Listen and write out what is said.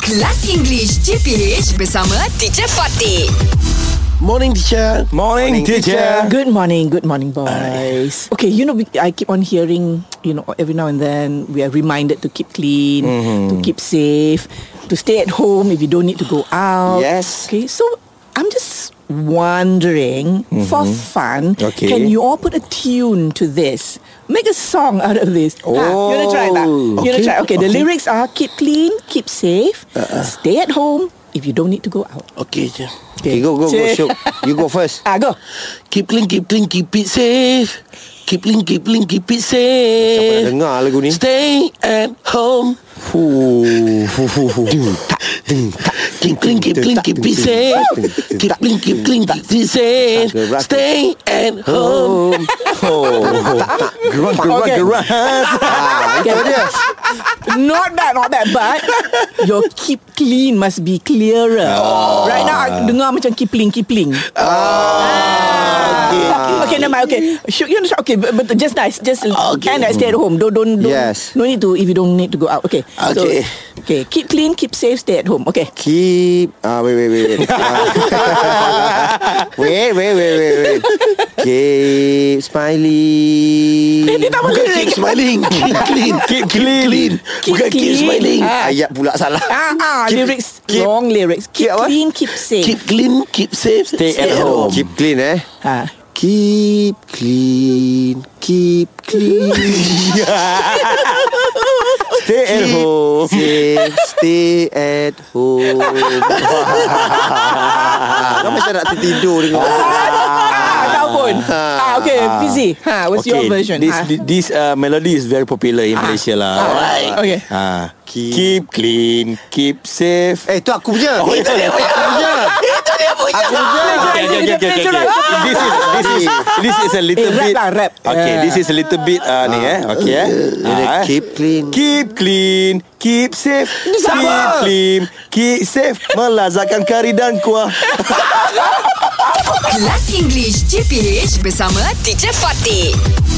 Kelas English CPH bersama Teacher Fatih. Morning teacher. Morning, teacher. Good morning, good morning, boys. Okay, you know, we- I keep on hearing, you know, every now and then we are reminded to keep clean, Mm-hmm. to keep safe, to stay at home if you don't need to go out. Yes. Okay, so I'm just wondering, for fun, Mm-hmm. Okay. can you all put a tune to this? Make a song out of this. Oh, you wanna try that? You wanna Okay, try? Okay, the okay. Uh-uh. lyrics are keep clean, keep safe, stay at home if you don't need to go out. Okay teacher. Okay. Okay, go go go Teacher. Syuk. You go first. Ah, go. Keep clean, keep clean, keep it safe. Keep clean, keep clean, keep it safe. Siapa nak dengar lagu ni? Stay at home. Keep clean, keep clean, keep it safe. Keep clean, keep clean, keep it safe. Stay at home. Gerak, gerak, Okay. gerak. Itu dia. Not bad, not bad. But your keep clean must be clearer. Right now, I dengar macam kipling, kipling. Ah. Okay, okay, never mind. Okay, should you understand? Okay, but, but just nice. Just Okay. and I stay at home. Don't, don't, don't. Yes. No need to if you don't need to go out. Okay. Okay. So, okay. Keep clean, keep safe, stay at home. Okay. Keep Ah, Wait, wait, wait Wait, Ah. wait, wait, wait, wait, wait. Keep smiling Eh, dia tak boleh. Bukan keep smiling. Keep clean. Keep clean. Bukan keep clean. smiling. Ah. Ayat pula salah Ah, ah Keep- lyrics, keep- long lyrics. Keep, keep apa? clean, keep safe. Keep clean, keep safe, stay, at home. Keep clean eh ah. Keep clean Keep clean Stay at home safe, Stay at home Kau macam nak tertidur dengan Ah, kau pun. Ah, okay, Fizi. Ha, what's your version? This Ah. thi- this uh, melody is very popular in Malaysia lah. Alright. Okay. Ah, keep, keep clean, keep safe. Eh tu aku punya Oh, itu dia punya. Aku punya. Ah, Okay, okay, okay, okay, okay. This is this is this is a little Eh, rap bit. lah, rap. Okay, Yeah. this is a little bit uh, ni eh. Okay eh. Dia Ah, eh. keep clean. Keep clean, keep safe, keep clean, keep safe. Melazakkan kari dan kuah. Kelas English CPH bersama Teacher Fatih.